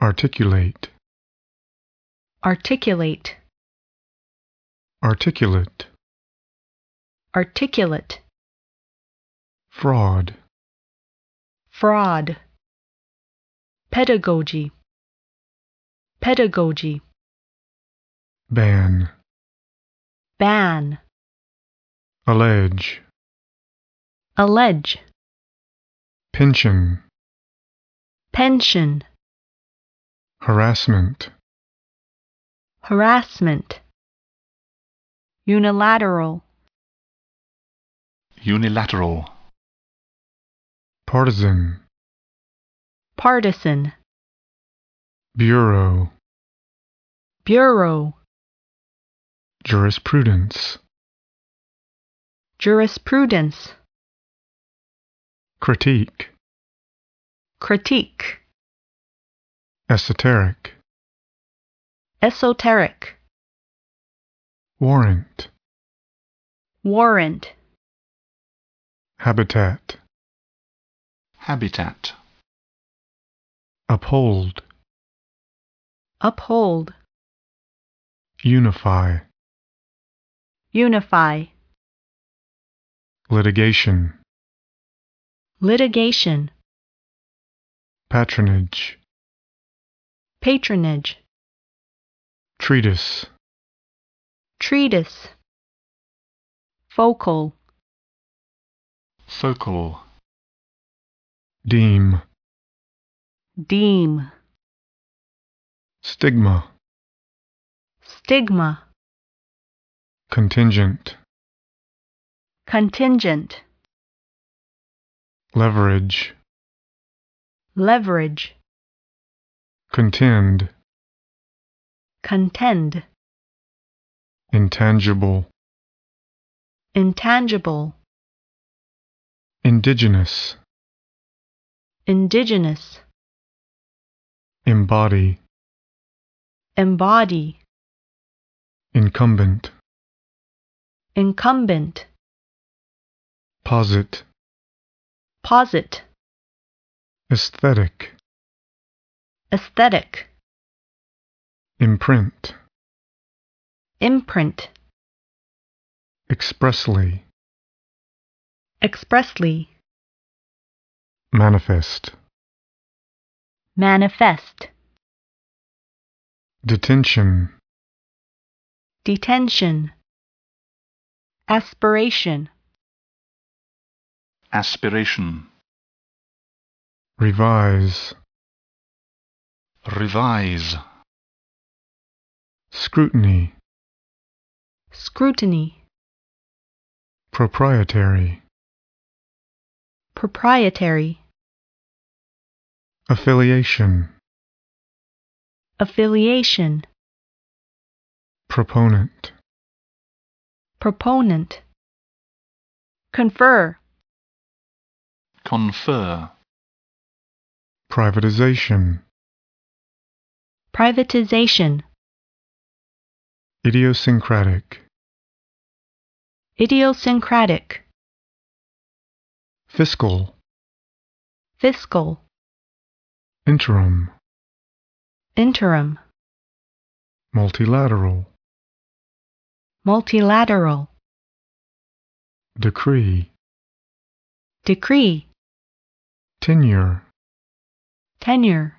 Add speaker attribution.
Speaker 1: Articulate,
Speaker 2: articulate,
Speaker 1: articulate,
Speaker 2: articulate,
Speaker 1: fraud,
Speaker 2: fraud, pedagogy, pedagogy,
Speaker 1: ban,
Speaker 2: ban,
Speaker 1: allege,
Speaker 2: allege,
Speaker 1: pension,
Speaker 2: pension,
Speaker 1: harassment,
Speaker 2: harassment, unilateral,
Speaker 3: unilateral,
Speaker 1: partisan,
Speaker 2: partisan,
Speaker 1: bureau,
Speaker 2: bureau,
Speaker 1: jurisprudence,
Speaker 2: jurisprudence,
Speaker 1: critique,
Speaker 2: critique,
Speaker 1: esoteric,
Speaker 2: esoteric,
Speaker 1: warrant,
Speaker 2: warrant,
Speaker 1: habitat,
Speaker 3: habitat,
Speaker 1: uphold,
Speaker 2: uphold,
Speaker 1: unify,
Speaker 2: unify,
Speaker 1: litigation,
Speaker 2: litigation,
Speaker 1: patronage,
Speaker 2: patronage,
Speaker 1: treatise,
Speaker 2: treatise, focal,
Speaker 3: focal,
Speaker 1: deem,
Speaker 2: deem,
Speaker 1: stigma,
Speaker 2: stigma,
Speaker 1: contingent,
Speaker 2: contingent,
Speaker 1: leverage,
Speaker 2: leverage,
Speaker 1: contend,
Speaker 2: contend,
Speaker 1: intangible,
Speaker 2: intangible,
Speaker 1: indigenous,
Speaker 2: indigenous,
Speaker 1: embody,
Speaker 2: embody,
Speaker 1: incumbent,
Speaker 2: incumbent,
Speaker 1: posit,
Speaker 2: posit,
Speaker 1: aesthetic,
Speaker 2: aesthetic,
Speaker 1: imprint,
Speaker 2: imprint,
Speaker 1: expressly,
Speaker 2: expressly,
Speaker 1: manifest,
Speaker 2: manifest,
Speaker 1: detention,
Speaker 2: detention, aspiration,
Speaker 3: aspiration,
Speaker 1: revise,
Speaker 3: revise,
Speaker 1: scrutiny,
Speaker 2: scrutiny,
Speaker 1: proprietary,
Speaker 2: proprietary,
Speaker 1: affiliation,
Speaker 2: affiliation,
Speaker 1: proponent,
Speaker 2: proponent, confer,
Speaker 3: confer,
Speaker 1: privatization,
Speaker 2: privatization,
Speaker 1: idiosyncratic,
Speaker 2: idiosyncratic,
Speaker 1: fiscal,
Speaker 2: fiscal,
Speaker 1: interim,
Speaker 2: interim,
Speaker 1: multilateral,
Speaker 2: multilateral,
Speaker 1: decree,
Speaker 2: decree,
Speaker 1: tenure,
Speaker 2: tenure,